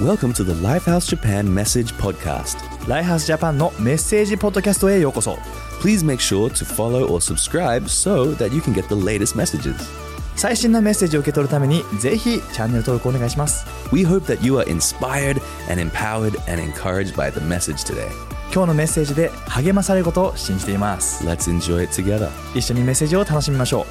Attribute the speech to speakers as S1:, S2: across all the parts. S1: Welcome to the Lifehouse Japan Message Podcast.
S2: ライハースジャパンのメッセージポッドキャストへようこそ
S1: Please make sure to follow or subscribe so that you can get the latest messages.
S2: 最新のメッセージを受け取るためにぜひチャンネル登録お願いします
S1: We hope that you are inspired and empowered and encouraged by the message today.
S2: 今日のメッセージで励まされることを信じています
S1: Let's enjoy it together.
S2: 一緒にメッセージを楽しみましょ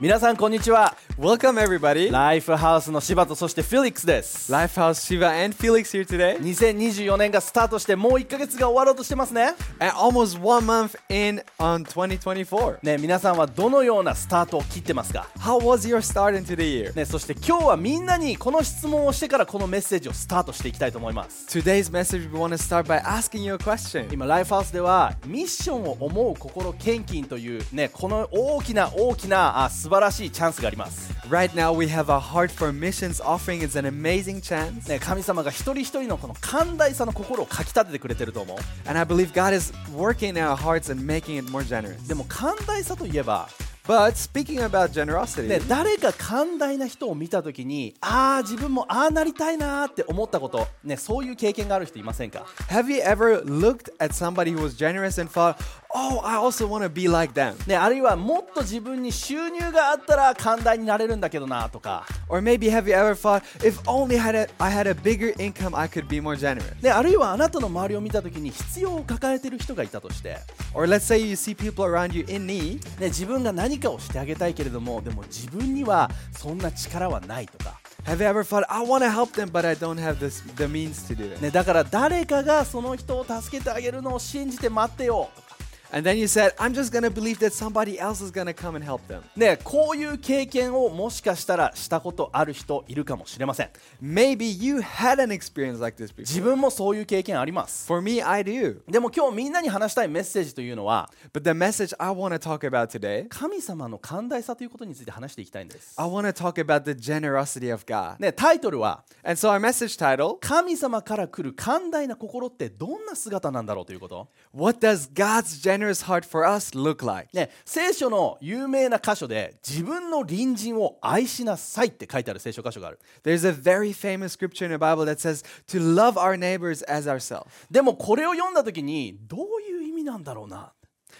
S3: 皆さんこんにちは
S4: Welcome everybody.
S3: ライフハウスの柴田そしてフェリックスです
S4: Lifehouse Shiva and Felix here today.
S3: 2024年がスタートしてもう1ヶ月が終わろうとしてますね
S4: And almost one month in on 2024.
S3: ね皆さんはどのようなスタートを切ってますか
S4: How was your start into the year?
S3: ねそして今日はみんなにこの質問をしてからこのメッセージをスタートしていきたいと思います
S4: Today's message we want to start by asking you a question.
S3: 今ライフハウスではミッションを思う心献金というねこの大きな大きなあ素晴らしいチャンスがあります、
S4: Right now we have a Heart for Missions offering. It's an amazing chance.
S3: ね、神様が一人一人のこの寛大さの心をかきたててくれてると思う
S4: And I believe God is working in our hearts and making it more generous.
S3: でも寛大さといえば
S4: But speaking about
S3: ね
S4: generosity,、
S3: 誰か寛大な人を見た時にああ自分もああなりたいなーって思ったこと、ね、そういう経験がある人いませんか、
S4: have you ever looked at somebody who was generous and thought, oh, I also want to be like them?
S3: ね、あるいはもっと自分に収入があったら寛大になれるんだけどなーとか、
S4: Or maybe have you ever thought, if only had a, I had a bigger income, I could be more generous?
S3: ね、あるいはあなたの周りを見た時に必要を抱えてる人がいたとして、
S4: Or let's say you see people around you in need,
S3: ね、自分が何かをしてあげたいけれどもでも自分にはそんな力はないとか、
S4: have you ever thought, I want to help them, but I don't have this, the means to do it?
S3: ね、だから誰かがその人を助けてあげるのを信じて待ってよとか。
S4: And then you said, I'm just going to believe that somebody else is going to come and help them.
S3: ね、こういう経験をもしかしたらしたことある人いるかもしれません
S4: Maybe you had an experience like this
S3: 自
S4: before.
S3: 分もそういう経験あります。
S4: For me, I do.
S3: でも今日みんなに話したいメッセージというのは
S4: But the message I want to talk about today,
S3: 神様の寛大さということについて話していきたいんです。
S4: I want to talk about the generosity of God.
S3: ね、タイトルは
S4: And so, our message title
S3: 神様から来る寛大な心ってどんな姿なんだろうということ、
S4: What Does God's Generous Heart for Us Look Like?
S3: ね、聖書の有名な箇所で自分の隣人を愛しなさいって書いてある聖書箇所がある
S4: There's a very famous scripture in the Bible that says to love our neighbors as ourselves.
S3: でもこれを読んだ時にどういう意味なんだろうな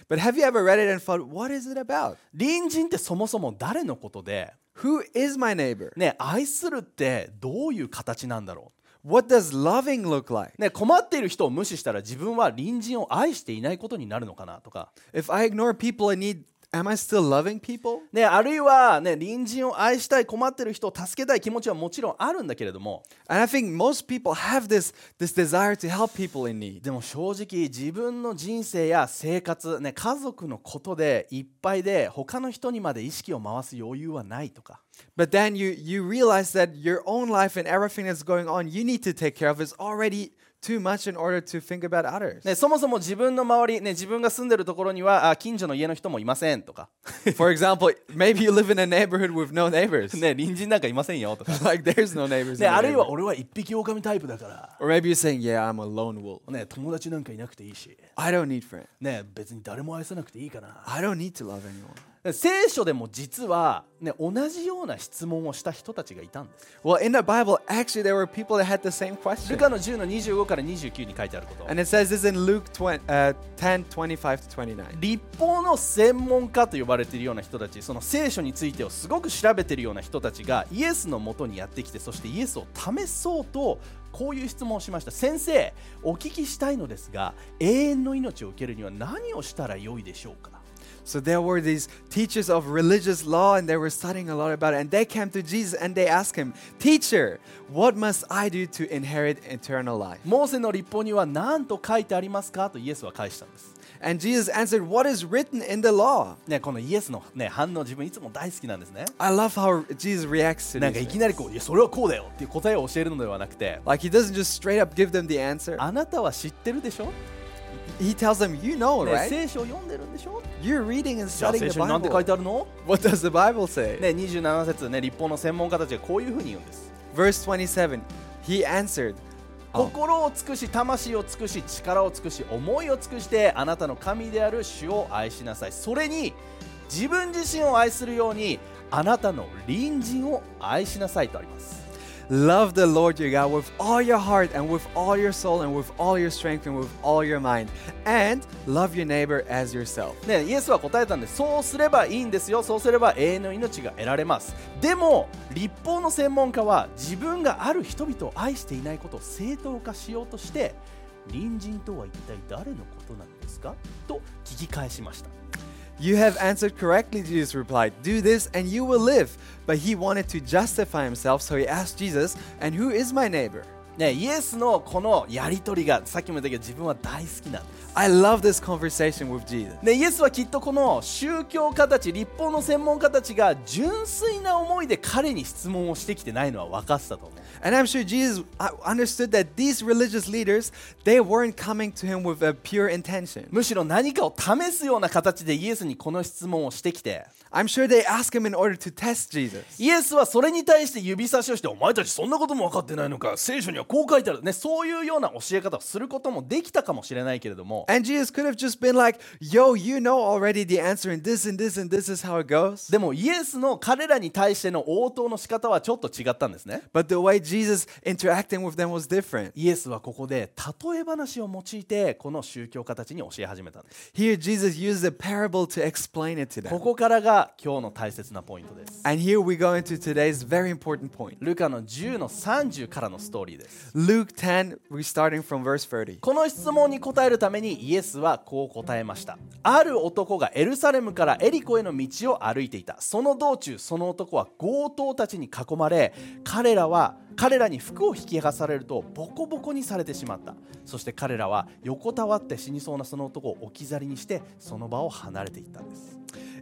S4: But have you ever read it and thought, what is it about?
S3: 隣人ってそもそも誰のことで、
S4: Who is my neighbor?
S3: ね、愛するってどういう形なんだろう
S4: What does loving look like?
S3: ね、困っている人を無視したら自分は隣人を愛していないことになるのかなとか、
S4: If I ignore people in need, am I still loving people?
S3: ね、あるいは、ね、隣人を愛したい困っている人を助けたい気持ちはもちろんあるんだけれども
S4: And I think most people have this, this desire to help people in need.
S3: でも正直自分の人生や生活、ね、家族のことでいっぱいで他の人にまで意識を回す余裕はないとか、
S4: But then you, you realize that your own life and everything that's going on you need to take care of is already too much in order to think about others.
S3: ね、そもそも自分の周り、ね、自分が住んでるところにはあ近所の家の人もいませんとか、
S4: For example, maybe you live in a neighborhood with no neighbors.
S3: ね、隣人なんかいませんよとか、
S4: like there's no neighbors.
S3: ね、
S4: in the
S3: あるい
S4: neighborhood.
S3: は俺は一匹狼タイプだか
S4: Or maybe you're saying, yeah, I'm a lone wolf.
S3: ら、ね、友達なんかいなくていいし。
S4: I don't need friends.
S3: ね、別に誰も愛さなくていいかな
S4: I don't needと love anyone.
S3: 聖書でも実は、ね、同じような質問をした人たちがいたんです
S4: Well, in the Bible, actually, there were people that had the same
S3: ル
S4: question.
S3: カの10の25から29に書いてあること
S4: And it says this in Luke 20, uh, 10 25 to 29.
S3: 立法の専門家と呼ばれているような人たちその聖書についてをすごく調べているような人たちがイエスのもとにやってきてそしてイエスを試そうとこういう質問をしました先生お聞きしたいのですが永遠の命を受けるには何をしたらよいでしょうか
S4: So there were these teachers of religious law, and they were studying a lot about it. And they came to Jesus and they asked him, Teacher, what must I do to inherit eternal life?
S3: モーセの立法には何と書いてありますかとイエスは返したんです
S4: And Jesus answered, What is written in the law?
S3: ね、このイエスの、ね、反応自分いつも大好きなんですね。
S4: I love how Jesus reacts to
S3: なんかい
S4: this.
S3: きなりこう「いやそれはこうだよ」っていう答えを教えるのではなくて
S4: Like he doesn't just straight up give them the answer.
S3: 「あなたは知ってるでしょ、
S4: He tells them, You know,
S3: ね、
S4: right?
S3: 聖書を読んでるんでしょ?」
S4: You're reading and
S3: じゃあ
S4: studying
S3: 聖
S4: the
S3: 書に何て書い
S4: Bible.
S3: てあるの、
S4: What does the Bible say?
S3: ね、?27 節ね立法の専門家たちがこういうふうに言うんです。
S4: Verse 27. He answered, "Oh,
S3: 心を尽くし魂を尽くし力を尽くし思いを尽くしてあなたの神である主を愛しなさいそれに自分自身を愛するようにあなたの隣人を愛しなさいとあります。
S4: Love the Lord your God with all your heart and with all your soul and with all your strength and with all your mind. And love your neighbor as yourself.
S3: ね、イエスは答えたんでそうすればいいんですよそうすれば永遠の命が得られますでも立法の専門家は自分がある人々を愛していないことを正当化しようとして隣人とは一体誰のことなんですかと聞き返しました
S4: You have answered correctly, Jesus replied. Do this and you will live. But he wanted to justify himself, so he asked Jesus, And who is my neighbor?
S3: ね、イエスのこのやり取りがさっきも言ったけど自分は大好きなんです
S4: I love this conversation with Jesus.
S3: ね、イエスはきっとこの宗教家たち立法の専門家たちが純粋な思いで彼に質問をしてきてないのは分かってたと思う
S4: And I'm sure Jesus uh, understood that these religious leaders, they weren't coming to him with a pure intention.
S3: むしろ何かを試すような形でイエスにこの質問をしてきて
S4: I'm sure they asked him in order to test Jesus.
S3: イエスはそれに対して指差しをしてお前たちそんなことも分かってないのか聖書にはこう書いてある、ね、そういうような教え方をすることもできたかもしれないけれども
S4: And Jesus could have just been like, yo, you know already the answer, and this and this and this is how it goes.
S3: でもイエスの彼らに対しての応答の仕方はちょっと違ったんですね
S4: But the way Jesus interacting with them was different.
S3: イエスはここで例え話を用いてこの宗教家たちに教え始めたんです
S4: Here, Jesus used a parable to explain it to
S3: こ
S4: them.
S3: こからが今日の大切なポイントです。
S4: And here we go into today's very important point.
S3: ルカの10の30からのストーリーです。
S4: Luke 10, we're starting from verse 30.
S3: この質問に答えるためにイエスはこう答えました。ある男がエルサレムからエリコへの道を歩いていた。その道中、その男は強盗たちに囲まれ、彼らは彼らに服を引き剥がされるとボコボコにされてしまった。そして彼らは横たわって死にそうなその男を置き去りにして、その場を離れていったんです。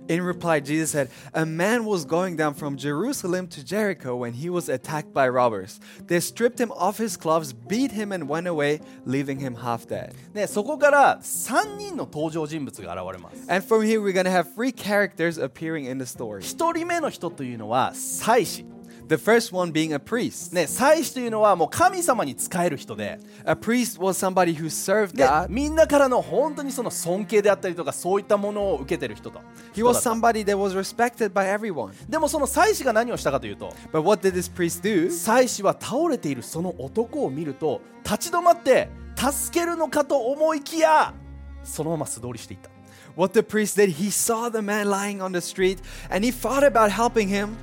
S4: In reply, Jesus said, A man was going down from Jerusalem to Jericho when he was attacked by robbers. They stripped him off his clothes, beat him, and went away, leaving him half dead.
S3: ね、そこから3人の登場人物が現れます。
S4: And from here, we're gonna have three characters appearing in the story.
S3: 一人目の人というのは祭司
S4: The first one being a priest.
S3: ね祭司というのはもう神様に仕える人で
S4: A priest was somebody who served
S3: で
S4: God.
S3: みんなからの本当にその尊敬であったりとかそういったものを受けてる人と
S4: He
S3: 人だ
S4: was
S3: った
S4: somebody that was respected by everyone.
S3: でもその祭司が何をしたかというと
S4: But what did this priest do?
S3: 祭司は倒れているその男を見ると立ち止まって助けるのかと思いきやそのまま素通りしていった
S4: What the priest did, he saw the man lying on the street and he thought about helping him,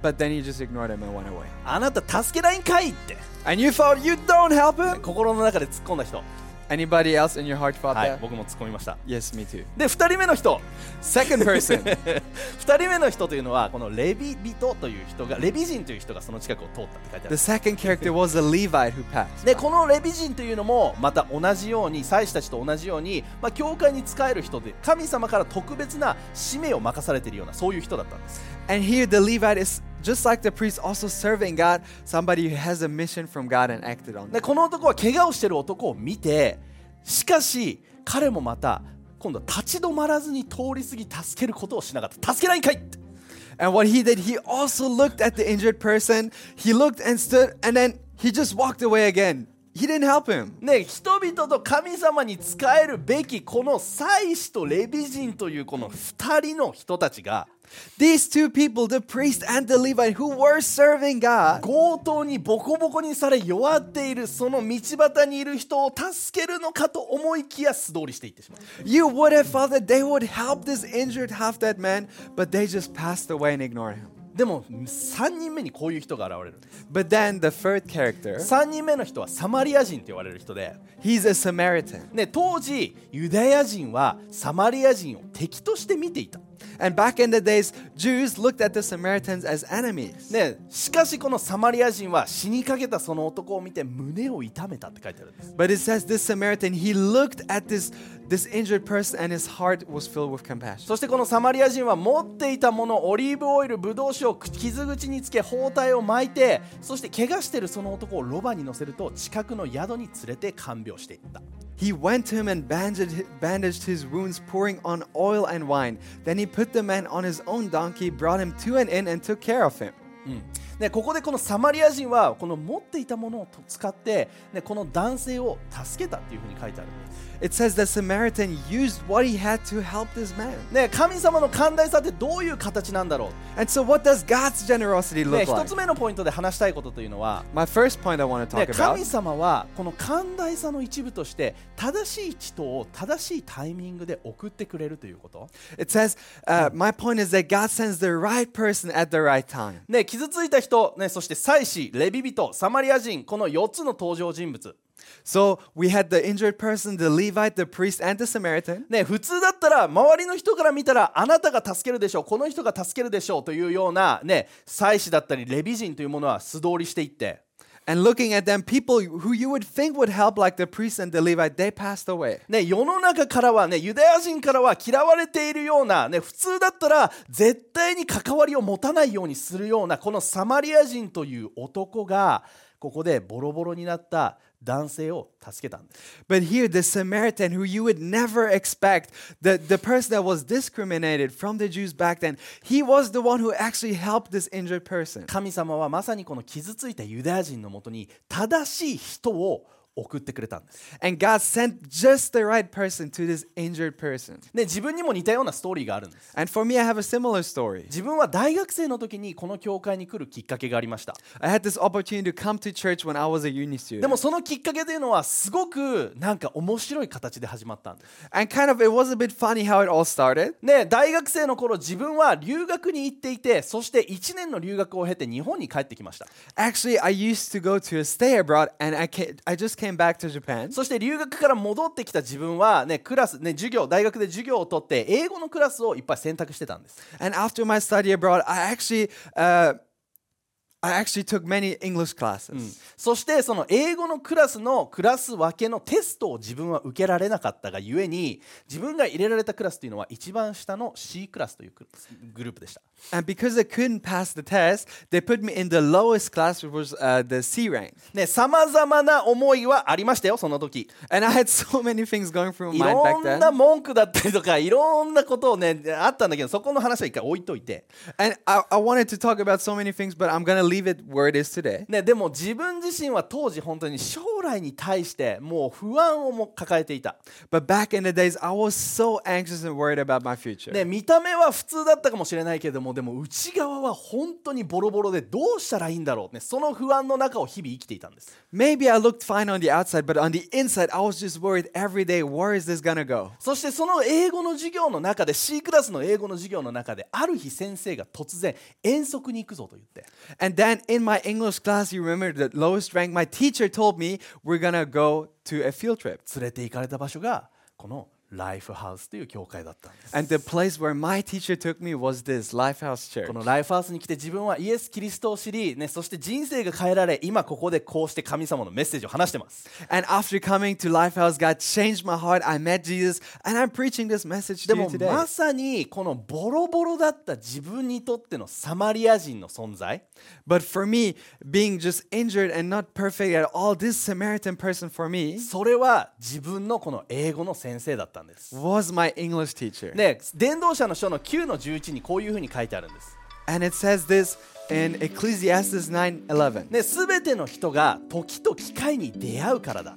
S4: but then he just ignored him and went away.
S3: あなた助けないんかいって
S4: And you thought you don't help him?
S3: 心の中で突っ込んだ人
S4: Anybody else in your heart thought
S3: はい
S4: that?
S3: 僕も突っ込みました
S4: Yes, me too.
S3: で2人目の人
S4: Second person.
S3: 2人目の人というのはこのレビ人という人がレビ人という人がその近くを通ったって書いてあ
S4: the
S3: る
S4: second character was a Levite who passed.
S3: でこのレビ人というのもまた同じように祭司たちと同じように、まあ、教会に仕える人で神様から特別な使命を任されているようなそういう人だったんです
S4: And here the Levite is just like the priest also serving God, somebody who has a mission from God and acted on
S3: で
S4: it.
S3: この男は怪我をしている男を見てしかし彼もまた今度は立ち止まらずに通り過ぎ助けることをしなかった助けないんかいって
S4: And what he did, he also looked at the injured person. He looked and stood and then he just walked away again. He didn't help him.
S3: ね、人々と神様に仕えるべきこの祭司とレビ人というこの2人の人たちが
S4: These two people, the priest and the Levite, who were serving God,
S3: 強盗にボコボコにされ弱っているその道端にいる人を助けるのかと思いきや素通りしていってしまう
S4: you would have thought that they would help this injured half dead man, but they just passed away and ignored him.
S3: でも3人目にこういう人が現れる
S4: But then the third character,
S3: 3人目の人はサマリア人と言われる人で、
S4: he's a Samaritan.
S3: ね、当時ユダヤ人はサマリア人を敵として見ていた、
S4: And back in the days, Jews looked at the Samaritans as enemies.
S3: ね、しかしこのサマリア人は死にかけたその男を見て胸を痛めたって書いてあるんです
S4: But it says this Samaritan, he looked at this, this injured person and his heart was filled with compassion.
S3: そしてこのサマリア人は持っていたものオリーブオイルブドウ酒を傷口につけ包帯を巻いてそして怪我してるその男をロバに乗せると近くの宿に連れて看病していった
S4: He went to him and bandaged, bandaged his wounds, pouring on oil and wine. Then he put the man on his own donkey, brought him to an inn, and took care of him.
S3: ね、ここでこのサマリア人はこの持っていたものを使って、ね、この男性を助けたっていうふうに書いてあるんです
S4: It says the Samaritan used what he had to help this man.
S3: ね、神様の寛大さってどういう形なんだろ
S4: And so, what does God's generosity
S3: う、ね、
S4: look
S3: 一
S4: like?
S3: つ目のポイントで話したいことというのは、
S4: My first point I want to
S3: ね、
S4: talk about
S3: 神様はこの寛大さの一部として正しい人を正しいタイミングで送ってくれるということ、
S4: it says, uh, My point is that God sends the right person at the right time.
S3: ね、傷ついた人、ね、そして祭司レビ人サマリア人この4つの登場人物、
S4: So, we had the injured person, the Levite, the priest, and the Samaritan.
S3: ね、普通だったら周りの人から見たらあなたが助けるでしょうこの人が助けるでしょうというような、ね、祭司だったりレビ人というものは素通りしていって。
S4: And looking at them, people who you would think would help, like the priest and the Levite, they passed away.
S3: ね、世の中からはね、ユダヤ人からは嫌われているような、ね、普通だったら絶対に関わりを持たないようにするような、このサマリア人という男が、ここでボロボロになった男性を助けたんです。
S4: But here, the Samaritan, who you would never expect, the, the person that was discriminated from the Jews back then, he was the one who actually helped this injured person.
S3: 神様はまさにこの傷ついたユダヤ人のもとに正しい人を送ってくれたんです。
S4: And God sent just the right person to this injured person.
S3: ね、自分にも似たようなストーリーがあるんです。
S4: And for me, I have a similar story.
S3: 自分は大学生の時にこの教会に来るきっかけがありました。
S4: I had this opportunity to come to church when I was a uni
S3: で
S4: student.
S3: もそのきっかけというのはすごくなんか面白い形で始まったんです。
S4: And kind of, it was a bit funny how it all started.
S3: ね、大学生の頃自分は留学に行っていてそして1年の留学を経て日本に帰ってきました
S4: Actually, I used to go to a stay abroad, and I, ca- I just came back to Japan.
S3: そして留学から戻ってきた自分は、ね、クラス、ね、授業大学で授業を取って英語のクラスをいっぱい選択してたんです
S4: And after my study abroad, I actually, uh, I actually took many English classes.
S3: そしてその英語のクラスのクラス分けのテストを自分は受けられなかったがゆえに自分が入れられたクラスというのは一番下の C クラスというクグループでした
S4: And because I couldn't pass the test, they put me in the lowest class, which was uh, the C rank.
S3: さまざまな思いはありましたよその時
S4: And I had so many things going through
S3: い
S4: my mind
S3: ろ
S4: back
S3: んな
S4: then.
S3: 文句だったりとかいろんなことをねあったんだけどそこの話は一回置いといて、
S4: And I, I wanted to talk about so many things, but I'm gonna leave it where it is today.
S3: ね、でも自分自身は当時本当に将来に対してもう不安をも抱えていた、
S4: But back in the days, I was so anxious and worried about my future.
S3: ね、見た目は普通だったかもしれないけれどもでも内側は本当にボロボロでどうしたらいいんだろう、ね、その不安の中を日々生きていたんです
S4: Maybe I looked fine on the outside, but on the inside, I was just worried every day. Where is this gonna go?
S3: そしてその英語の授業の中で C クラスの英語の授業の中である日先生が突然遠足に行くぞと言って。
S4: And then in my English class, you remember the lowest rank, my teacher told me we're gonna go to a field trip.
S3: 連れて行かれた場所がこのライフハウスという教会だったんです
S4: And the place where my teacher took me was this Lifehouse
S3: こ
S4: Church.
S3: のライフハウスに来て自分はイエス・キリストを知り、ね、そして人生が変えられ今ここでこうして神様のメッセージを話してます
S4: And after coming to Lifehouse, God changed my heart. I met Jesus, and I'm preaching this message
S3: で
S4: to you
S3: も
S4: today.
S3: まさにこのボロボロだった自分にとってのサマリア人の存在
S4: But for me, being just injured and not perfect at all, this Samaritan person for me
S3: それは自分のこの英語の先生だったんです、
S4: was my English teacher.
S3: ね、伝道者の書の9の11にこういうふうに書いてあるんです
S4: And it says this in Ecclesiastes 9:11.
S3: ね、全ての人が時と機会に出会うからだ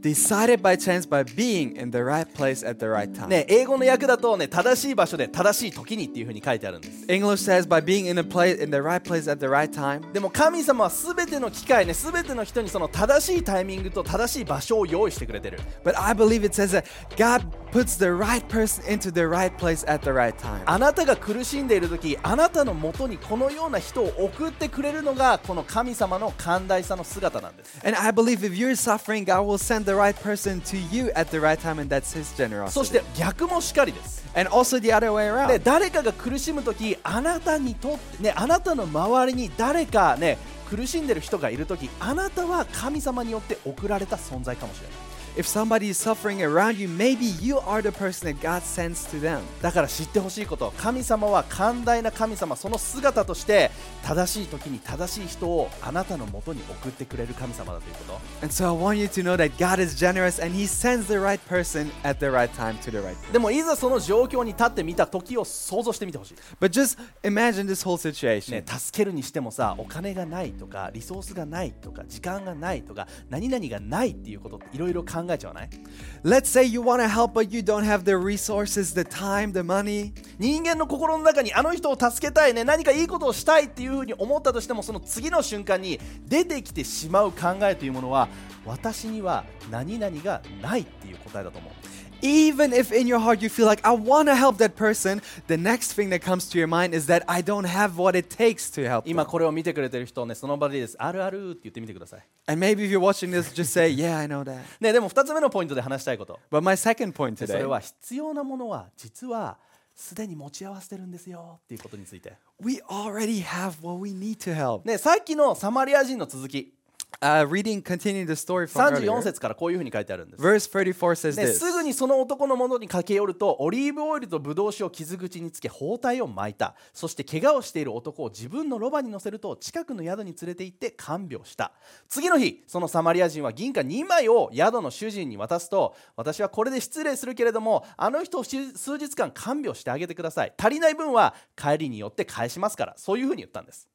S4: Decided by chance by being in the right place at the right time.
S3: ね、英語の訳だと、ね、正しい場所で正しい時にっていうふうに書いてあるんです。
S4: English says by being in a place in the right place at the right time.
S3: でも神様は全ての機会ね全ての人にその正しいタイミングと正しい場所を用意してくれてる
S4: But I believe it says that God puts the right person into the right place at the right time.
S3: あなたが苦しんでいる時あなたのもとにこのような人を送ってくれるのがこの神様の寛大さの姿なんです
S4: And I believe if you're suffering, God will send the right person to you at the right time, and that's His
S3: そし
S4: generosity.
S3: て逆もしかりです、
S4: And also the other way
S3: ね、
S4: around.
S3: 誰かが苦しむ時あなたにとってねあなたの周りに誰かね苦しんでる人がいる時あなたは神様によって送られた存在かもしれない
S4: If somebody is suffering around you, maybe you are the person that God sends to them.
S3: だから知ってほしいこと神様は寛大な神様その姿として正しい時に正しい人をあなたのもとに送ってくれる神様だということ
S4: And so I want you to know that God is generous and He sends the right person at the right time to the right person.
S3: でもいざその状況に立ってみた時を想像してみてほしい
S4: But just imagine this whole situation.
S3: ね、助けるにしてもさお金がないとかリソースがないとか時間がないとか何々がないっていうことっていろいろ考えちゃわない
S4: Let's say you want to help, but you don't have the resources, the time, the money.
S3: 人間の心の中にあの人を助けたいね何かいいことをしたいっていうふうに思ったとしてもその次の瞬間に出てきてしまう考えというものは私には何々がないっていう答えだと思う
S4: Even if in your heart you feel like, I want to help that person, the next thing that comes to your mind is that I don't have what it takes to help.
S3: 今
S4: Them.
S3: これを見てくれてる人ねその場でですあるあるって言ってみてください、
S4: And maybe if you're watching this, just say, Yeah, I know that.
S3: ね、でも2つ目のポイントで話したいこと、
S4: But my second point
S3: ねそれ
S4: today
S3: は必要なものは実はすでに持ち合わせてるんですよっていうことについて
S4: we already have what we need to help.
S3: ね、さっきのサマリア人の続き
S4: Uh, reading, continuing the story from
S3: 34
S4: earlier,
S3: 節からこういうふうに書いてあるんです、
S4: verse 34 says
S3: ね、す
S4: this.
S3: ぐにその男のものに駆け寄るとオリーブオイルとブドウ酒を傷口につけ包帯を巻いたそして怪我をしている男を自分のロバに乗せると近くの宿に連れて行って看病した次の日そのサマリア人は銀貨2枚を宿の主人に渡すと私はこれで失礼するけれどもあの人をし数日間看病してあげてください足りない分は帰りによって返しますからそういうふうに言ったんです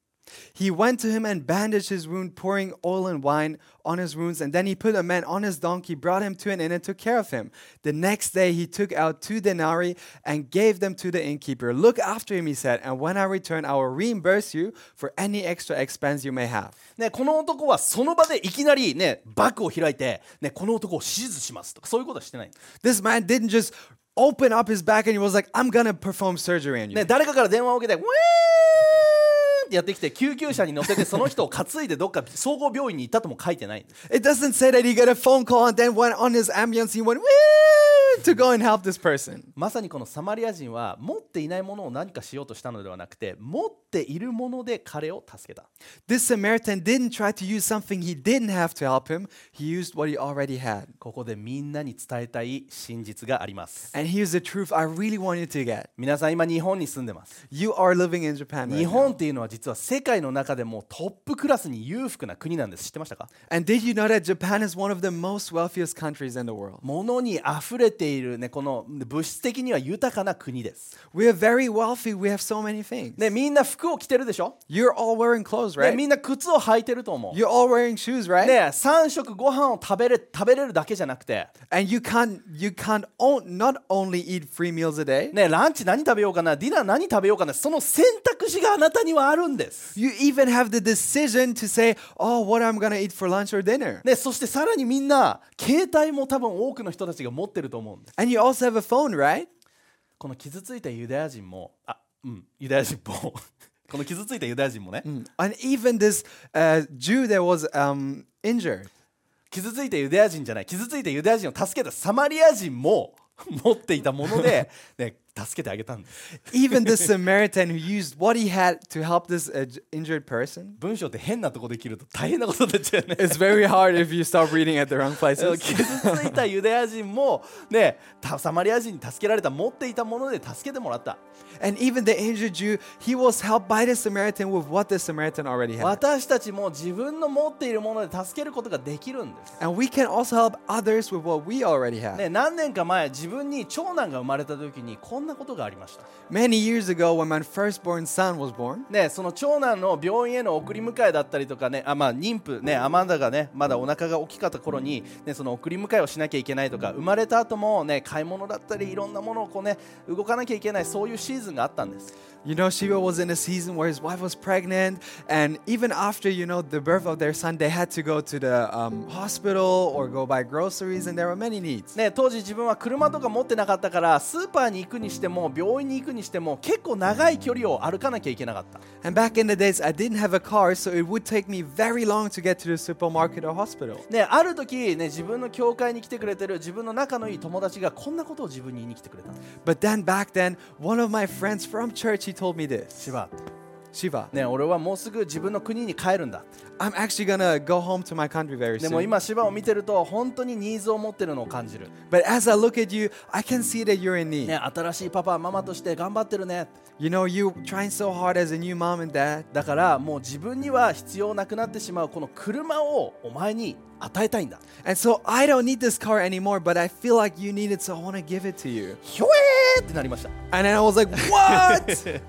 S4: He went to him and bandaged his wound, pouring oil and wine on his wounds. And then he put a man on his donkey, brought him to an inn, and took care of him. The next day he took out two denarii and gave them to the innkeeper. Look after him, he said, and when I return, I will reimburse you for any extra expense you may have.
S3: ね、この男はその場でいきなり、ね、バッグを開いて、ね、この男を手術しますとかそういうことはしてない、
S4: This man didn't just open up his back and he was like, I'm gonna perform surgery on you.
S3: ね、誰かから電話を受けてウィーンってやってきて救急車に乗せてその人を担いでどっか総合病院に行ったとも書いてないんです、
S4: It doesn't say that he got a phone call and then went on his ambulance, he went "Wee!" to go and help this person.
S3: まさにこのサマリア人は持っていないものを何かしようとしたのではなくて持っているもので彼を助けた
S4: This Samaritan didn't try to use something he didn't have to help him. He used what he already had.
S3: ここでみんなに伝えたい真実があります、
S4: And here's the truth I really want you to get.
S3: 皆さん今日本に住んでます、
S4: You are living in Japan. right
S3: 日
S4: now.
S3: 本っていうのは実は世界の中でもトップクラスに裕福な国なんです知ってましたか
S4: And did you know that Japan is one of the most wealthiest countries in the world?
S3: 物に溢れている、ね、この物質的には豊かな国です、
S4: We are very wealthy. We have so many things.
S3: ね、みんな服を着てるでしょ、
S4: You're all wearing clothes,
S3: ね、
S4: right?
S3: みんな靴を履いてると思う、ね、
S4: You're all wearing shoes, right?
S3: 3食ご飯を食べれ食べれるだけじゃなくて、
S4: And you can't you can't own, not only eat free meals a day.
S3: ね、ランチ何食べようかなディナー何食べようかなその選択肢があなたにはあるんです、
S4: You even have the decision to say, "Oh, what I'm going to eat for lunch or dinner."
S3: ね、そしてさらにみんな携帯も多分多くの人たちが持ってると思うんです
S4: And you also have a phone, right?
S3: この傷ついたユダヤ人もあうんユダヤ人も この傷ついたユダヤ人もね、
S4: And even this uh, Jew that was um, injured,
S3: 傷ついたユダヤ人じゃない傷ついたユダヤ人を助けたサマリア人も 持っていたもので、ね、助けてあげたんです。
S4: even the Samaritan who used what he had to help this uh, j- injured person.
S3: 文章って変なとこで切ると大変なことになっちゃうよね。
S4: It's very hard if you stop reading at the wrong
S3: 傷
S4: places.
S3: ついたユダヤ人も、ね、たサマリア人に助けられた持っていたもので助けてもらった。
S4: and even the injured Jew, he was helped by the Samaritan with what the Samaritan already had.
S3: 私たちも自分の持っているもので助けることができるんです。
S4: And we can also help others with what we already have.
S3: ね、何年か前自分に長男が生まれた時にこんなことがありました。
S4: Many years ago, when my firstborn son was born,
S3: ね、その長男の病院への送り迎えだったりとかねあ、まあ、妊婦ねアマンダがねまだお腹が大きかった頃に、ね、その送り迎えをしなきゃいけないとか生まれた後もね買い物だったりいろんなものをこうね動かなきゃいけないそういうシーズンがあったんです、
S4: you know, Shiva was in a season where his wife was pregnant, and even after you know the birth of their son, they had to go to the um, hospital or go buy groceries, and there were many needs.
S3: ね、当時自分は車とか持ってなかったからスーパーに行くにしても病院に行くにしても結構長い距離を歩かなきゃいけなかった、
S4: And back in the days, I didn't have a car, so it would take me very long to get to the supermarket or hospital.
S3: ね、ある時、ね、自分の教会に来てくれてる自分の仲のいい友達がこんなことを自分に言いに来てくれたんです
S4: But then back then, one of my friends from church he told me this.
S3: 千葉
S4: Shiva,
S3: ね、俺はもうすぐ自分の国に帰るんだ。
S4: I'm actually gonna go home to my country very
S3: でも
S4: soon.
S3: 今、シバを見てると、本当にニーズを持ってるのを感じる。
S4: But as I look at you, I can see that you're in
S3: ね、
S4: need.
S3: 新しいパパ、ママとして頑張ってるね。
S4: You know, you trying so hard as a new mom and dad.
S3: だから、もう自分には必要なくなってしまうこの車をお前に与えたいんだ。
S4: And so I don't need this car anymore, but I feel like you need it, so I wanna give it to you.
S3: ひょえーってなりました。
S4: And then I was like, What?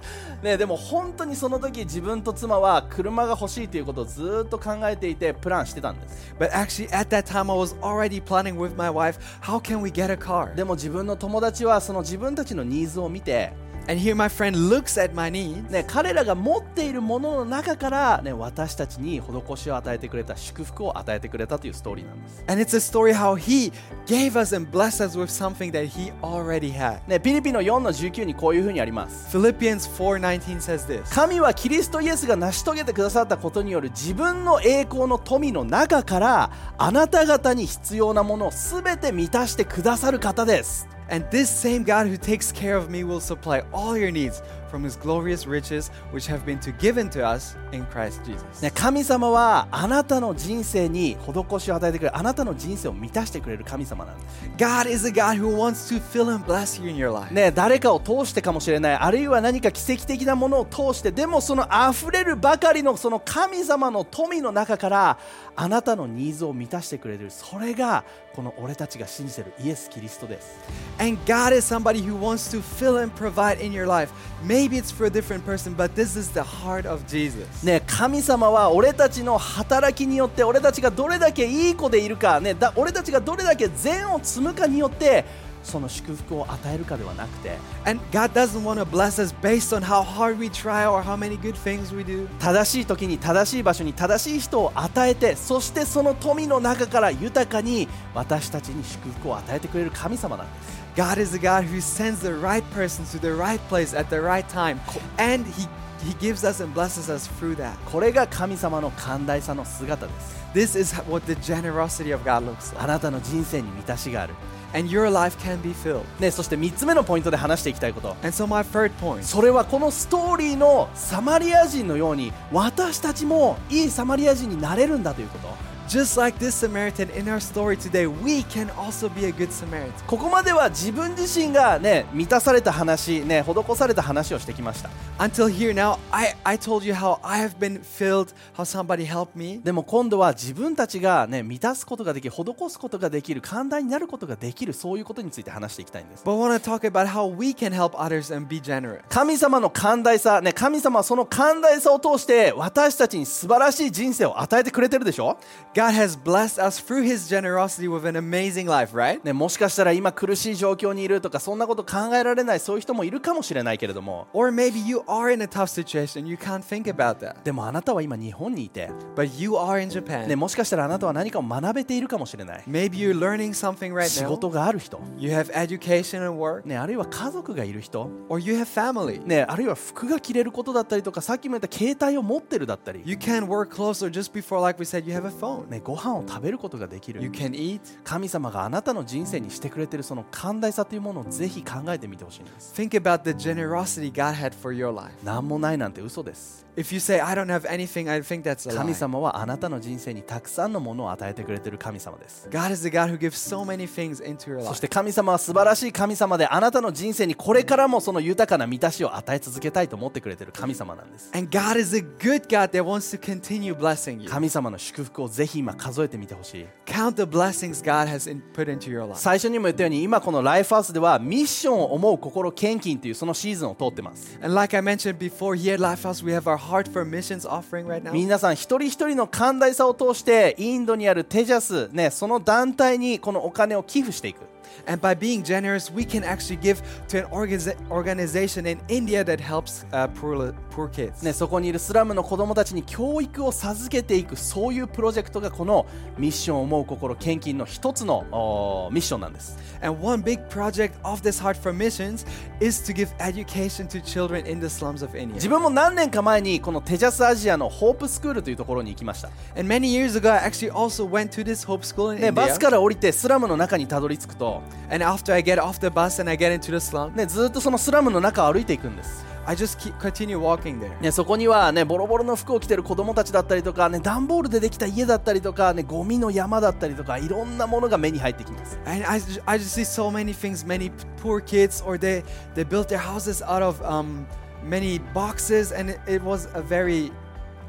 S3: ね、でも本当にその時自分と妻は車が欲しいということをずーっと考えていてプランしてたんです
S4: but actually, at that time, I was already planning with my wife, how can we get a car?
S3: でも自分の友達はその自分たちのニーズを見て、
S4: And here my friend looks at my needs.
S3: ね、彼らが持っているものの中から、ね、私たちに施しを与えてくれた祝福を与えてくれたというストーリーなんです、
S4: And it's a story how he gave us and blessed us with something that he already had.
S3: ね、ピリピの4の19にこういうふうにあります
S4: Philippians 4:19 says this.
S3: 神はキリストイエスが成し遂げてくださったことによる自分の栄光の富の中からあなた方に必要なものを全て満たしてくださる方です
S4: And this same God who takes care of me will supply all your needs from his glorious riches which have been to given to us in Christ Jesus.
S3: ね、神様はあなたの人生に施しを与えてくれるあなたの人生を満たしてくれる神様なんです、
S4: God is a God who wants to fill and bless you in your life.
S3: ね、誰かを通してかもしれないあるいは何か奇跡的なものを通してでもその溢れるばかりのその神様の富の中からあなたのニーズを満たしてくれるそれがこの俺たちが信じてるイエス・キリストです
S4: And God is somebody who wants to fill and provide in your life. Maybe it's for a different person, but this is the heart of Jesus.
S3: ね、神様は俺たちの働きによって俺たちがどれだけいい子でいるか、ね、だ俺たちがどれだけ善を積むかによってその祝福を与えるかではなくて
S4: And God doesn't want to bless us based on how hard we try or how many good things we do.
S3: 正しい時に正しい場所に正しい人を与えてそしてその富の中から豊かに私たちに祝福を与えてくれる神様なんです、
S4: God is a God who sends the right person to the right place at the right time. And He He gives us and blesses us through that.
S3: これが神様の寛大さの姿です
S4: This is what the generosity of God looks like.
S3: あなたの人生に満たしがある、
S4: And your life can be filled.
S3: ね、そして3つ目のポイントで話していきたいこと
S4: And so my third point.
S3: それはこのストーリーのサマリア人のように私たちもいいサマリア人になれるんだということ
S4: Just like this Samaritan in our story today, we can also be a good Samaritan.
S3: ここまでは自分自身がね満たされた話ね施された話をしてきました
S4: Until here now, I, I told you how I have been filled, how somebody helped me.
S3: でも今度は自分たちがね満たすことができ施すことができる寛大になることができるそういうことについて話していきたいんです
S4: But I want to talk about how we can help others and be generous.
S3: 神様の寛大さ、ね、神様はその寛大さを通して私たちに素晴らしい人生を与えてくれてるでしょ、
S4: God has blessed us through His generosity with an amazing life, right?
S3: ね、もしかしたら今苦しい状況にいるとかそんなこと考えられないそういう人もいるかもしれないけれども
S4: Or maybe you are in a tough situation, you can't think about that.
S3: でもあなたは今日本にいて、
S4: But you are in
S3: ね、
S4: Japan.
S3: もしかしたらあなたは何かを学べているかもしれない
S4: Maybe you're learning something right
S3: 仕
S4: now.
S3: 事がある人、
S4: You have education and work,
S3: ね、あるいは家族がいる人、
S4: or you have family.
S3: ね、あるいは服が着れることだったりとかさっきも言った携帯を持ってるだったり
S4: You can work close, or just before, like we said, you have a phone.
S3: ね、ご飯を食べることができ
S4: You
S3: る
S4: can eat.
S3: 神様があなたの人生にしてくれてるその寛大さというものをぜひ考えてみてほしいんです
S4: Think about the generosity God had for your life.
S3: 何もないなんて嘘です
S4: If you say, I don't have anything, I think that's a
S3: 神
S4: lie.
S3: 様はあなたの人生にたくさんのものを与えてくれてる神様です
S4: God is the God who gives so many things into your
S3: そし
S4: life.
S3: て神様は素晴らしい神様であなたの人生にこれからもその豊かな満たしを与え続けたいと思ってくれてる神様なんです
S4: And God is a good God that wants to continue blessing you.
S3: 神様の祝福をぜひ今数えてみてほしい
S4: Count the blessings God has in, put into your life.
S3: 最初にも言ったように今このライフハウスではミッションを思う心献金というそのシーズンを通ってます
S4: And like I mentioned before, here at Lifehouse, we have our Heart for Missions offering right now.
S3: 皆さん一人一人の寛大さを通してインドにあるテジャス、ね、その団体にこのお金を寄付していく
S4: And by being generous, we can actually give to an organiza- organization in India that helps uh, poor, li- poor kids.
S3: ね、そこにいるスラムの子供たちに教育を授けていくそういうプロジェクトがこのミッションを思う心献金の一つのおーミッションなんです
S4: And one big project of this Heart for Missions is to give education to children in the slums of
S3: 自
S4: India.
S3: 分も何年か前にこのテジャスアジアのホープスクールというところに行きました、
S4: And many years ago, I actually also went to this Hope School in
S3: ね、バ
S4: India.
S3: スから降りてスラムの中にたどり着くとよ。
S4: And after I get off the bus and I get into the slum,
S3: ね、ずっとそのスラムの中を歩いていくんです。
S4: I just keep, continue walking there.
S3: ね、そこにはね、ボロボロの服を着てる子供たちだったりとか、ね、段ボールでできた家だったりとか、ね、ゴミの山だったりとか、いろんなものが目に入ってきます。
S4: And I, ju- I just see so many things. Many p- poor kids, or they, they built their houses out of um, many boxes, and it, it was a very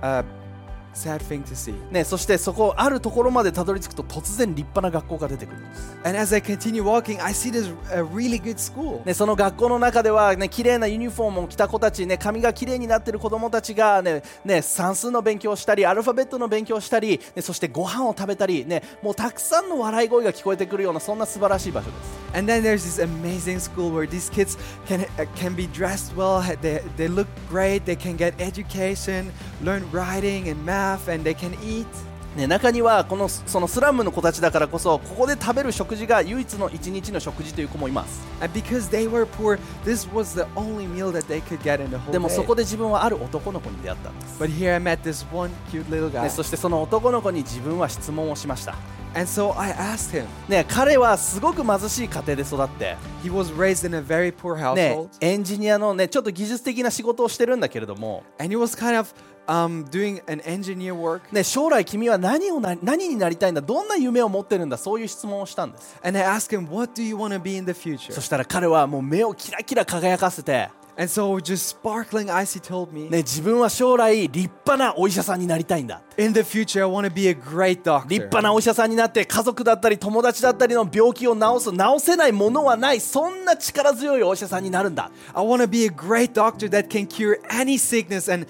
S4: uh, sad thing to see.
S3: ね、そしてそこ、あるところまでたどり着くと、突然立派な学校が出てくるんです。
S4: And as I continue walking, I see this a really good school.
S3: ね、その学校の中では、ね、綺麗なユニフォームを着た子たち、ね、髪が綺麗になってる子供たちが、ねね、算数の勉強をしたりアルファベットの勉強をしたり、ね、そしてご飯を食べたり、ね、もうたくさんの笑い声が聞こえてくるようなそんな素晴らしい場所です。
S4: And then there's this amazing school where these kids can uh, can be dressed well. ha- They, they look great. They can get education, learn writing and math, and they can eat.
S3: ね、中にはこのそのスラムの子たちだからこそここで食べる食事が唯一の一日の食事という子もいます
S4: And because they were poor, this was the only meal that they could get in the whole
S3: でもそ
S4: day.
S3: こで自分はある男の子に出会ったんです、
S4: But here I met this one cute little guy.
S3: ね、そしてその男の子に自分は質問をしました、
S4: And so I asked him.
S3: ね、彼はすごく貧しい家庭で育って、
S4: He was raised in a very poor
S3: ね
S4: household.、
S3: エンジニアのねちょっと技術的な仕事をしてるんだけれども、
S4: And he was kind of um, doing an engineer work.
S3: ね、将来君は何をな何になりたいんだどんな夢を持ってるんだそういう質問をしたんです
S4: And I asked him, What do you want to be in the future?
S3: そしたら彼はもう目をキラキラ輝かせて、
S4: And so, just sparkling eyes, he told me,
S3: ね、自分は将来立派なお医者さんになりたいんだ
S4: In the future, I want to be a great
S3: 立
S4: doctor.
S3: 派なお医者さんになって家族だったり友達だったりの病気を治す治せないものはないそんな力強いお医者さんになるんだ
S4: I want to be a great doctor that can cure any sickness and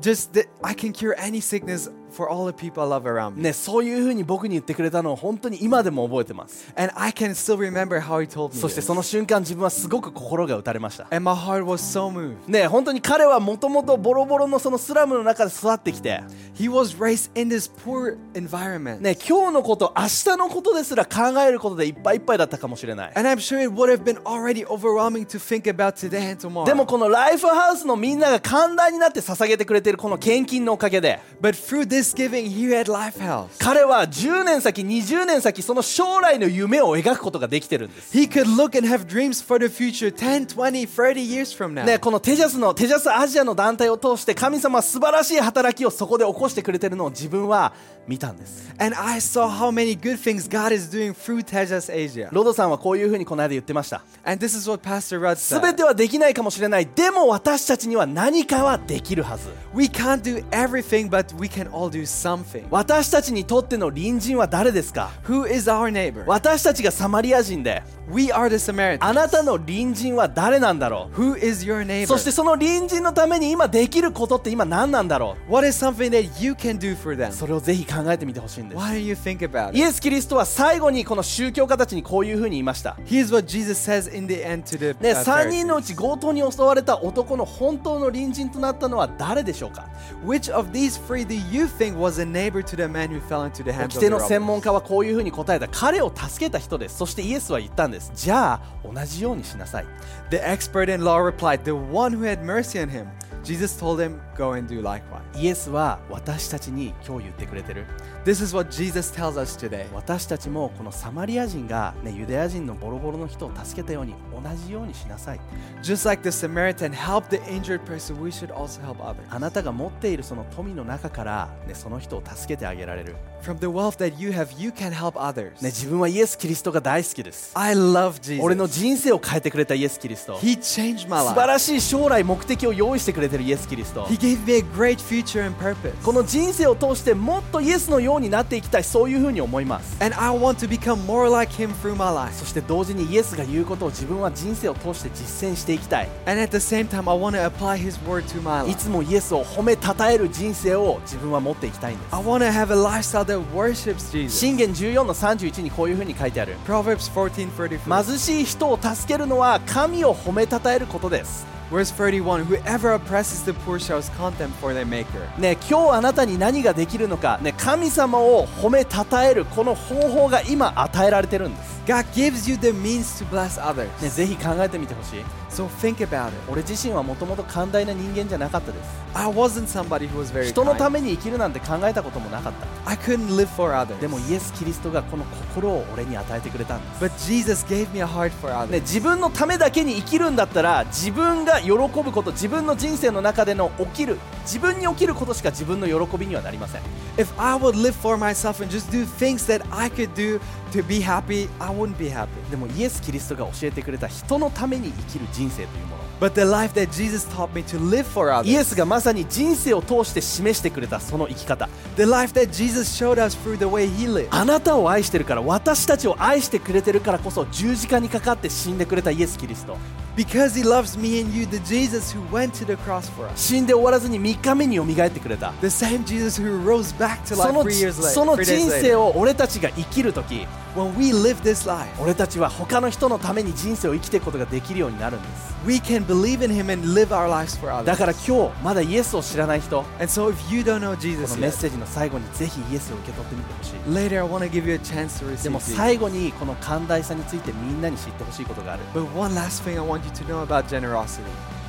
S4: just that I can cure any sickness for all the people I love around me.
S3: ね、そういうふうに僕に言ってくれたのを本当に今でも覚えてます。
S4: And I can still remember how he told me.
S3: そしてそ
S4: this.
S3: の瞬間自分はすごく心が打たれました。
S4: And my heart was so moved.
S3: ね、本当に彼はもともとボロボロのそのスラムの中で育ってきて、
S4: He was raised in this poor environment.
S3: ね、今日のこと、明日のことですら考えることでいっぱいいっぱいだったかもしれない。
S4: And I'm sure it would have been already overwhelming to think about today and
S3: でも
S4: tomorrow.
S3: このライフハウスのみんなが寛大になって捧げてくれているこの献金のおかげで
S4: But through this giving here at Lifehouse,
S3: 彼は10年先20年先その将来の夢を描くことができてるんです、
S4: he could look and have dreams for the future 10, 20, 30 years from now.
S3: ね、このテジャスのテジャスアジアの団体を通して神様は素晴らしい働きをそこで起こしてくれてるのを自分は見たんです
S4: And I saw how many good things God is doing through Tejas Asia.
S3: ロドさんはこういうふうにこの間言ってました
S4: And this is what Pastor Rudd
S3: 全
S4: said.
S3: てはできないかもしれないでも私たちには何かはできるはず
S4: We can't do everything, but we can all do something.
S3: 私たちにとっての隣人は誰ですか
S4: Who is our neighbor?
S3: 私たちがサマリア人で
S4: We are the
S3: あ
S4: Samaritan.
S3: なたの隣人は誰なんだろ
S4: Who is your
S3: う
S4: neighbor?
S3: そしてその隣人のために今できることって今何なんだろ
S4: What is something that you can do for them?
S3: うそれをぜひ考えてみてほしいんです
S4: Why don't you think about
S3: イ
S4: it?
S3: エス・キリストは最後にこの宗教家たちにこういうふうに言いました
S4: Here's what Jesus says in the end to the
S3: ね、
S4: uh,
S3: 3人
S4: Pharisees.
S3: のうち強盗に襲われた男の本当の隣人となったのは誰でしょうか
S4: Which of these three do you think was a neighbor to the man who fell into the hands
S3: 規定
S4: of the
S3: の専門
S4: robbers?
S3: 家はこういうふうに答えた彼を助けた人ですそしてイエスは言ったんですじゃあ同じようにしなさい
S4: The expert in law replied, The one who had mercy on him. Jesus told him, Go and do likewise.
S3: イエスは私たちに今日言ってくれてる
S4: This is what Jesus tells us today.
S3: 私たちもこのサマリア人が、ね、ユダヤ人のボロボロの人を助けたように同じようにしなさい
S4: Just like the Samaritan helped the injured person, we should also help others.
S3: あなたが持っているその富の中から、ね、その人を助けてあげられる、ね、
S4: From the wealth that you have, you can help others.
S3: 自分はイエス・キリストが大好きです
S4: I love
S3: 俺の
S4: Jesus.
S3: 人生を変えてくれたイエス・キリスト
S4: He changed my
S3: 素晴
S4: life.
S3: らしい将来目的を用意してくれてるイエス・キリスト
S4: He gave me a great future and purpose.
S3: この人生を通してもっとイエスのようになっていきたいそういうふうに思います
S4: And I want to become more like Him through my
S3: そ
S4: life.
S3: して同時にイエスが言うことを自分は人生を通して実践していきたい
S4: And at the same time, I want to apply His word to my
S3: い
S4: life.
S3: つもイエスを褒めたたえる人生を自分は持っていきたいんで
S4: I want to have a lifestyle that worships
S3: す
S4: Jesus.
S3: 信玄14の31にこういうふうに書いてある
S4: Proverbs 14 33.
S3: 貧しい人を助けるのは神を褒めたたえることです
S4: Verse 31 Whoever oppresses the poor shouts contempt for their maker.
S3: ね今日あなたに何ができるのか、ね、神様を褒めたたえるこの方法が今与えられてるんです、
S4: God gives you the means to bless others.
S3: ね、ぜひ考えてみてほしい
S4: So think about it.
S3: 俺自身はもともと寛大な人間じゃなかったです
S4: I wasn't somebody who was very
S3: 人のた
S4: kind.
S3: めに生きるなんて考えたこともなかった
S4: I couldn't live for others.
S3: でもイエス・キリストがこの心を俺に与えてくれたんです
S4: But Jesus gave me a heart for
S3: ね、
S4: others.
S3: 自分のためだけに生きるんだったら自分が喜ぶこと自分の人生の中での起きる自分に起きることしか自分の喜びにはなりません
S4: If I would live for myself and just do things that I could do to be happy, I wouldn't be happy.
S3: でもイエス・キリストが教えてくれた人のために生きる人生というもの
S4: But the life that Jesus taught me to live for
S3: イエ
S4: others,
S3: スがまさに人生を通して示してくれたその生き方
S4: the life that Jesus showed us through the way He lived,
S3: あなたを愛してるから私たちを愛してくれてるからこそ十字架にかかって死んでくれたイエス・キリスト
S4: because He loves me and you, the Jesus who went to the cross for us,
S3: 死んで終わらずに3日目によみがえってくれた
S4: the same Jesus who rose back to
S3: そ
S4: life
S3: の
S4: three years
S3: そ
S4: later,
S3: の
S4: three
S3: 人
S4: days
S3: 生
S4: later.
S3: を俺たちが生きる時
S4: When we live this life,
S3: 俺たちは他の人のために人生を生きていくことができるようになるんです
S4: we can believe in Him and live our lives for
S3: だ
S4: others.
S3: から今日まだイエスを知らない人こ
S4: And so, if you don't know
S3: の
S4: Jesus
S3: メッ
S4: yet,
S3: セージの最後にぜひイエスを受け取ってみてほしい
S4: later I want to give you a chance to
S3: で
S4: receive
S3: も
S4: Jesus.
S3: 最後にこの寛大さについてみんなに知ってほしいことがある
S4: But one last thing I want you to know about generosity.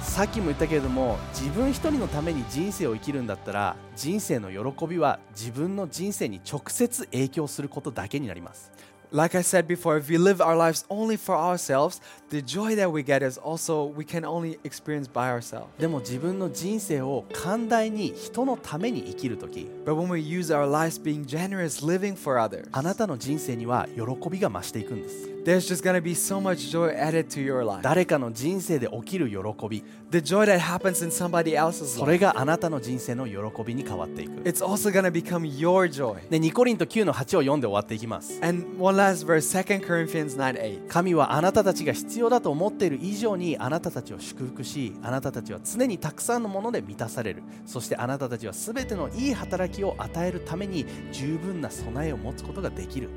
S3: さっきも言ったけれども自分一人のために人生を生きるんだったら人生の喜びは自分の人生に直接影響することだけになります
S4: Like I said before, if we live our lives only for ourselves, the joy that we get is also we can only experience by ourselves.
S3: でも自分の人生を寛大に人のために生きる時
S4: But when we use our lives being generous, living for others,
S3: あなたの人生には喜びが増していくんです
S4: there's just gonna be so much joy added to your life.
S3: 誰かの人生で起きる喜び
S4: The joy that happens in somebody else's
S3: そ
S4: life,
S3: れがあなたの人生の喜びに変わっていく
S4: it's also gonna become your joy.
S3: で2コリント9の8を読んで終わっていきます
S4: And one last verse, 2 Corinthians 9 8.
S3: 神はあなたたちが必要だと思っている以上にあなたたちを祝福しあなたたちは常にたくさんのもので満たされるそしてあなたたちは全てのいい働きを与えるために十分な備えを持つことができる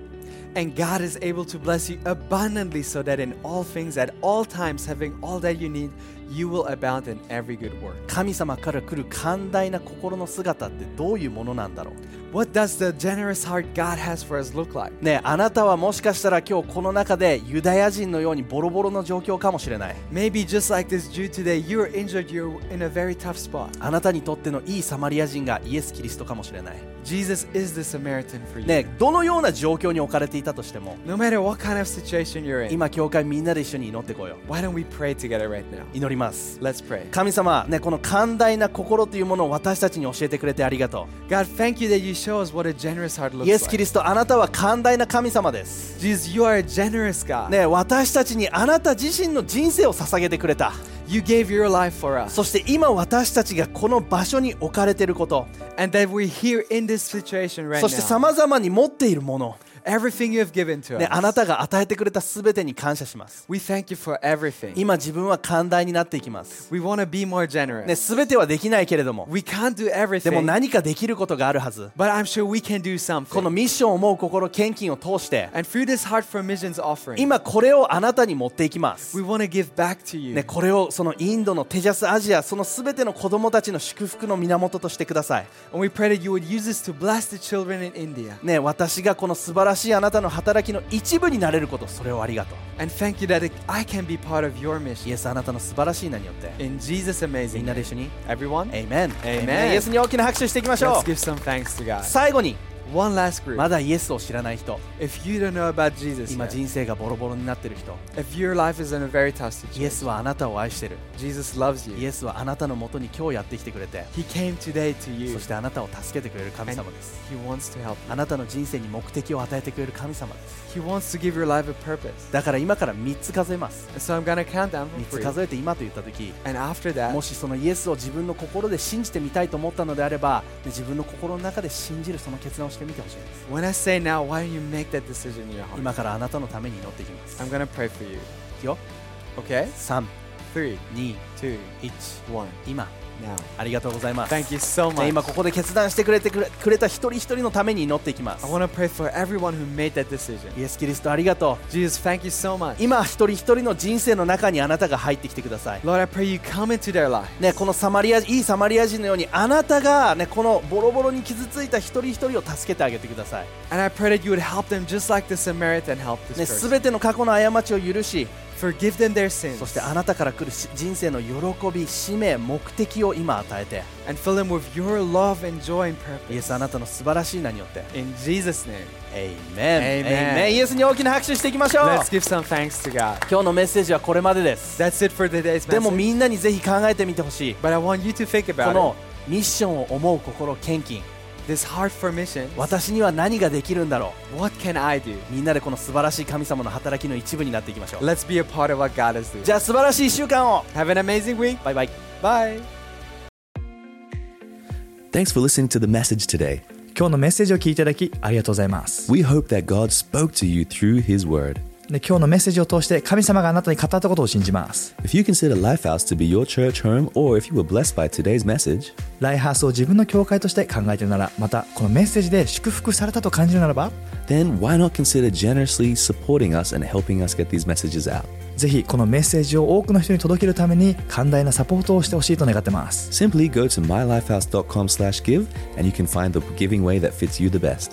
S4: And God is able to bless you abundantly so that in all things, at all times, having all that you need, you will abound in every good work.
S3: 神様から来る寛大な心の姿ってどういうものなんだろう
S4: What does the generous heart God has for us look like?
S3: ねえあなたはもしかしたら今日この中でユダヤ人のようにボロボロの状況かもしれない
S4: Maybe just like this Jew today, you're injured, you're in a very tough spot.
S3: あなたにとってのいいサマリア人がイエス・キリストかもしれない
S4: Jesus is the Samaritan for you.
S3: ねえどのような状況に置かれていたとしても
S4: No matter what kind of situation you're in,
S3: 今教会みんなで一緒に祈ってこよう
S4: why don't we pray together right now?
S3: 祈ります
S4: Let's pray.
S3: 神様、ね、この寛大な心というものを私たちに教えてくれてありがと
S4: God, thank you that you show us what a generous heart
S3: う
S4: looks
S3: イエス・キ
S4: like.
S3: リストあなたは寛大な神様です、
S4: Jesus, you are a generous God.
S3: ねえ、私たちにあなた自身の人生を捧げてくれた
S4: You gave your life for us.
S3: そして今私たちがこの場所に置かれていること
S4: and that we're here in this situation right
S3: そして
S4: now.
S3: 様々に持っているもの、
S4: Everything you have given to
S3: ね、あ
S4: us.
S3: なたが与えてくれたすべてに感謝します。
S4: We thank you for everything.
S3: 今自分は寛大になっていきます。
S4: We want to be more
S3: ね、
S4: generous.
S3: すべてはできないけれども、
S4: We can't do
S3: でも
S4: everything,
S3: 何かできることがあるはず。
S4: but I'm sure we can do
S3: この
S4: something.
S3: ミッションを思う心、献金を通して、
S4: And through this Heart for Missions offering,
S3: 今これをあなたに持っていきま
S4: we
S3: す。
S4: want to give back to you.
S3: ね、これをそのインドのテジャスアジア、そのすべての子供たちの祝福の源としてください。
S4: And we pray that you would use this to bless the children in India.
S3: ね、私がこの素晴らしいあなたの働きの一部になれること、それをありがと
S4: And thank you that I can be part of your
S3: う。イ
S4: mission.
S3: エスあなたの素晴らしい名によって、
S4: In Jesus'
S3: み
S4: amazing
S3: んなで
S4: name.
S3: 一緒に、
S4: Everyone,
S3: エイメン。
S4: Amen
S3: イエスに大きな拍手していきましょ
S4: let's
S3: う。
S4: give some thanks to God.
S3: 最後に、
S4: One last group.
S3: まだイエスを知らない人、
S4: If you don't know about Jesus,
S3: 今
S4: yet,
S3: 人生がボロボロになってる人、
S4: if your life is in a very tough
S3: イエス
S4: situation,
S3: はあなたを愛してる。
S4: Jesus loves
S3: イ
S4: you.
S3: エスはあなたのもとに今日やってきてくれて、
S4: He came today to
S3: そ
S4: you.
S3: してあなたを助けてくれる神
S4: And
S3: 様です。
S4: he wants to help
S3: あなたの人生に目的を与えてくれる神様です。
S4: you. He wants to give your life a purpose.
S3: だから今から3つ数えます。
S4: And so I'm going to count down
S3: 3
S4: from
S3: つ
S4: three.
S3: 数えて今と言った時
S4: And after that,
S3: もしそのイエスを自分の心で信じてみたいと思ったのであれば、で自分の心の中で信じるその決断をしてみてほしいです。
S4: when I say now, why don't you make that decision in your heart?
S3: 今からあなたのために祈っていきま
S4: I'm
S3: す。
S4: going to pray for you.
S3: いくよ。
S4: Okay?
S3: 3、
S4: Three,
S3: 2、
S4: two,
S3: 1、
S4: one.
S3: 今。
S4: Now.
S3: ありがとうございます。
S4: Thank you so
S3: じゃあ
S4: much.
S3: 今ここで決断してくれてくれくれた一人一人のために祈っていきます
S4: I。want to pray for everyone who made that decision.
S3: イエス・キリストありがとう。
S4: Jesus, thank you so much.
S3: 今一人一人の人生の中にあなたが入ってきてください。
S4: Lord, I pray you come into their life.
S3: ね、このサマリアいいサマリア人のようにあなたが、ね、このボロボロに傷ついた一人一人を助けてあげてください
S4: And I pray that you would help them just like the Samaritan helped this
S3: ね、
S4: person.
S3: 全ての過去の過ちを許し
S4: Forgive them their sins.
S3: そしてあなたから来るし人生の喜び、使命、目的を今与えて、
S4: and fill them with your love and joy and purpose.
S3: イエスあなたの素晴らしい名によって、
S4: In Jesus' name.
S3: エイメン、
S4: Amen
S3: エイメンイエスに大きな拍手していきましょう
S4: Let's give some thanks to God.
S3: 今日のメッセージはこれまでです。
S4: That's it for today's
S3: でも
S4: message.
S3: みんなにぜひ考えてみてほしい。
S4: But I want you to think
S3: こ
S4: about
S3: のミッションを思う心、献金。
S4: it. This heart for mission.
S3: 私には何ができるんだろ
S4: What can I do?
S3: うみんなでこの素晴らしい神様の働きの一部になっていきましょう。
S4: Let's be a part of what God is doing.
S3: じゃあ素晴らしい1週間を
S4: Have an amazing week.
S3: バイバイ
S4: Bye.
S1: Thanks for listening to the message today.
S2: 今日のメッセージを聞いていただきありがとうございます
S1: We hope that God spoke to you through His Word.
S2: で今日のメッセージを通して神様があなたに語ったことを信じます
S1: If you consider Lifehouse to be your church home, or if you were blessed by today's message,
S2: ライハースを自分の教会として考えているならまたこのメッセージで祝福されたと感じるならば
S1: then why not consider generously supporting us and helping us get these messages out?
S2: ぜひこのメッセージを多くの人に届けるために寛大なサポートをしてほしいと願ってます
S1: Simply go to mylifehouse.com/give and you can find the giving way that fits you the best.